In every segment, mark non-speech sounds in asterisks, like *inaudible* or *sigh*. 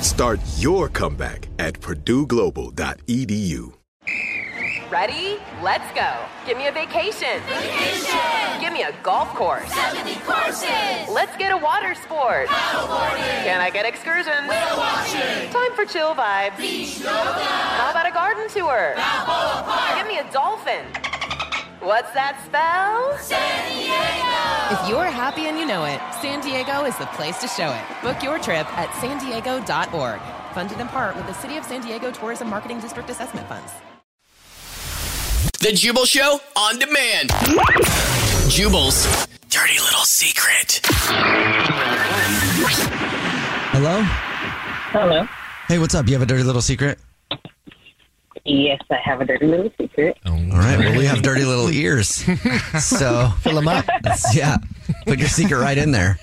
Start your comeback at purdueglobal.edu. Ready? Let's go. Give me a vacation. Vacation. Give me a golf course. 70 courses. Let's get a water sport. Paddleboarding. Can I get excursions? Whale watching. Time for chill vibes. Beach yoga. How about a garden tour? Balboa Park. Give me a dolphin. What's that spell? San Diego. If you're happy and you know it, San Diego is the place to show it. Book your trip at san sandiego.org. Funded in part with the City of San Diego Tourism Marketing District Assessment Funds. The Jubal Show on demand. Jubal's dirty little secret. Hello? Hello. Hey, what's up? You have a dirty little secret? Yes, I have a dirty little secret. All right. Well, we have dirty little ears. So fill them up. Yeah. Put your secret right in there.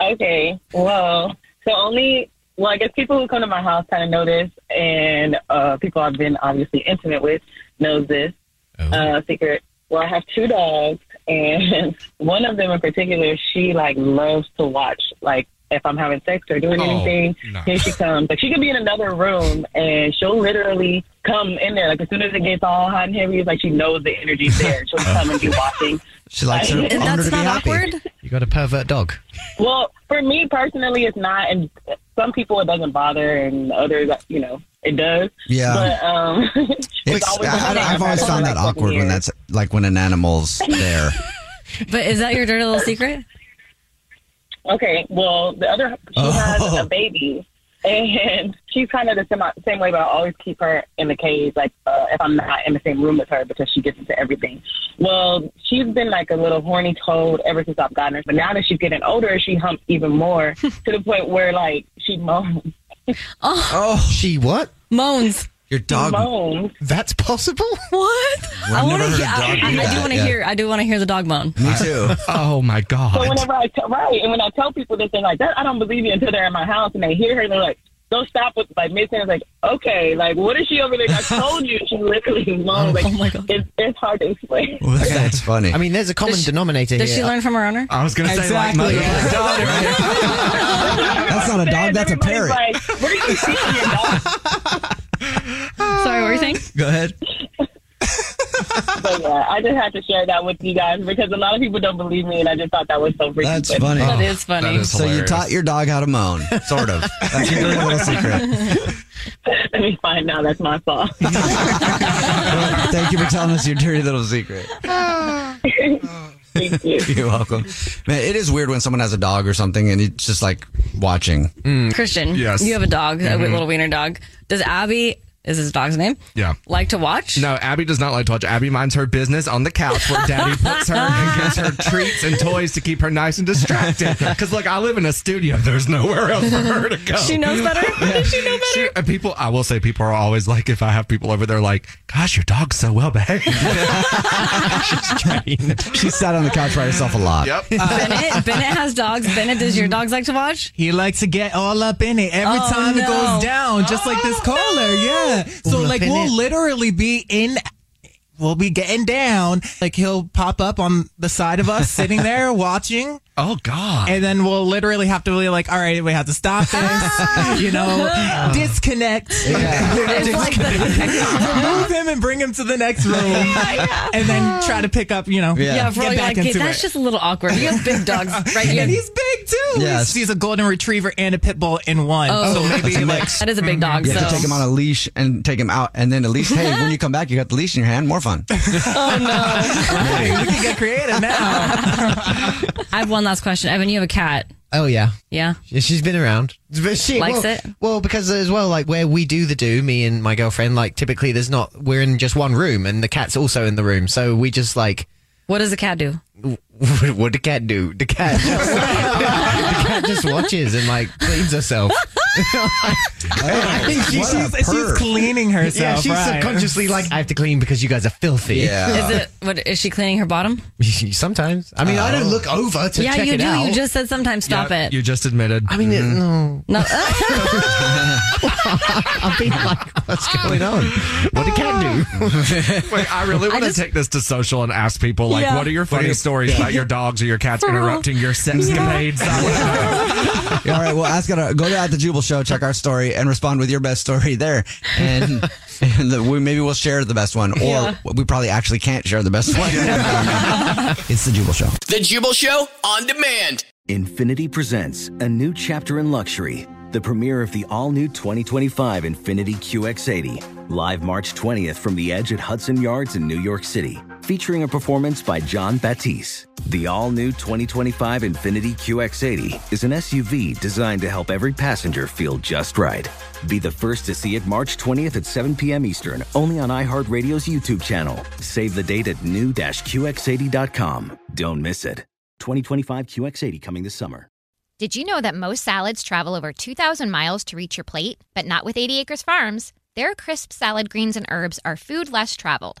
Okay. Well, so only well, I guess people who come to my house kind of know this, and uh, people I've been obviously intimate with knows this uh, secret. Well, I have two dogs, and *laughs* one of them in particular, she like loves to watch like. If I'm having sex or doing Oh, anything, no. here she comes. Like she could be in another room and she'll literally come in there. Like as soon as it gets all hot and heavy, it's like she knows the energy's there. She'll come and be watching. She likes her And owner that's to be not happy. You got a pervert dog. Well, for me personally, it's not, and some people it doesn't bother, and others, you know, it does. Yeah. But um, *laughs* It's, I, have always found that awkward when that's like when an animal's there. But is that your dirty little secret? Okay, well, the other she Oh. has a baby, and *laughs* she's kind of the semi, same way. But I always keep her in the cage, like uh, if I'm not in the same room with her, because she gets into everything. Well, she's been like a little horny toad ever since I've gotten her, but now that she's getting older, she humps even *laughs* more to the point where like she moans. Oh, She what? Moans. your dog. moans. That's possible? *laughs* What? Well, I I've wanna never heard hear. a dog I, do I, I that, do want to yeah. hear. I do want to hear the dog moan. Me too. Oh my So *laughs* god. whenever I tell, right, and when I tell people this, they're like, that, I don't believe you until they're in my house and they hear her, they're like, don't stop with like mid sentence, like, okay, like what is she over there? I told you she *laughs* literally moans. Like, Oh, my God. It's, it's hard to explain. That's funny. I mean, there's a common Does she- denominator Does here. she learn from her owner? I was going to say, Exactly. like, mother. that's not a dog. That's a Everybody's parrot. Like, what are you teaching your dog? *laughs* Sorry, what were you saying? Go ahead. But yeah, I just had to share that with you guys because a lot of people don't believe me, and I just thought that was so freaking That's funny. That funny. is funny. That is so you hilarious. taught your dog how to moan, sort of. That's your dirty little secret. *laughs* Let me find out. That's my fault. *laughs* Well, thank you for telling us your dirty little secret. Thank you. *laughs* You're welcome. Man, it is weird when someone has a dog or something and it's just like watching. Christian, Yes. you have a dog, Mm-hmm. a little wiener dog. Does Abby, is his dog's name? Yeah. Like to watch? *laughs* No, Abby does not like to watch. Abby minds her business on the couch where Daddy puts her and gives her *laughs* treats and toys to keep her nice and distracted. Because, look, I live in a studio. There's nowhere else for her to go. She *laughs* knows better? Does she know better? She- and people, I will say, people are always like, if I have people over, they're like, "Gosh, your dog's so well *laughs* behaved." She's trained. She sat on the couch by herself a lot. Yep. Bennett, Bennett has dogs. Bennett, does your dogs like to watch? *laughs* He likes to get all up in it every Oh, time it no. Oh, goes down, just like this caller. Yeah. So All up like in we'll it. literally be in we'll be getting down. Like he'll pop up on the side of us, sitting there *laughs* watching. Oh God! And then we'll literally have to be like, all right, we have to stop *laughs* this. you know, Oh. disconnect. *laughs* It's like the- *laughs* Remove him and bring him to the next room, and then try to pick up. You know, Yeah, for get all you're back like, "Hey, into that's it. just a little awkward. You have *laughs* big dogs, right? You And have- he's big too. He's- He's, a golden retriever and a pit bull in one. Oh. so maybe That's a like, mix. That is a big dog. Mm-hmm. You have to so. take him on a leash and take him out, and then at least, hey, when you come back, you got the leash in your hand. More fun. Oh no! we can get creative now. I have one last question, Evan. You have a cat, *laughs* Oh yeah, yeah? Yeah, she's been around. But she Likes well, it? Well, because as well, like where we do the do, me and my girlfriend, like typically there's not we're in just one room, and the cat's also in the room, so we just like. *laughs* What does the cat do? What, what the cat do? The cat, just, *laughs* the cat just watches and like cleans herself. *laughs* I think she's- what a she's- she's perv. cleaning herself, Yeah, she's right. subconsciously like, I have to clean because you guys are filthy. Is it? What is she cleaning her bottom? *laughs* Sometimes. I mean, I Oh. don't look over to yeah, check you it do. out. You just said sometimes. Stop Yeah, it. Uh, You just admitted. I mean, no. *laughs* No. I've been like, what's going on? What did cat do? Wait, I really want to take this to social and ask people like, Yeah. what are your What are funny your- stories Yeah. about your dogs or your cats For real. interrupting your sexcapades? *laughs* All right, well, ask our, go to at the Jubal Show, check our story, and respond with your best story there, and, and the, we, maybe we'll share the best one, or Yeah. we probably actually can't share the best one. it's the Jubal Show. The Jubal Show on demand. Infinity presents a new chapter in luxury, the premiere of the all new 2025 Infinity QX80, live March 20th from the edge at Hudson Yards in New York City, featuring a performance by John Batisse. The all new 2025 Infinity QX80 is an SUV designed to help every passenger feel just right. Be the first to see it March 20th at 7 p.m. Eastern, only on iHeartRadio's YouTube channel. Save the date at new-QX80.com. Don't miss it. 2025 QX80 coming this summer. Did you know that most salads travel over 2,000 miles to reach your plate? But not with 80 Acres Farms. Their crisp salad greens and herbs are food less traveled,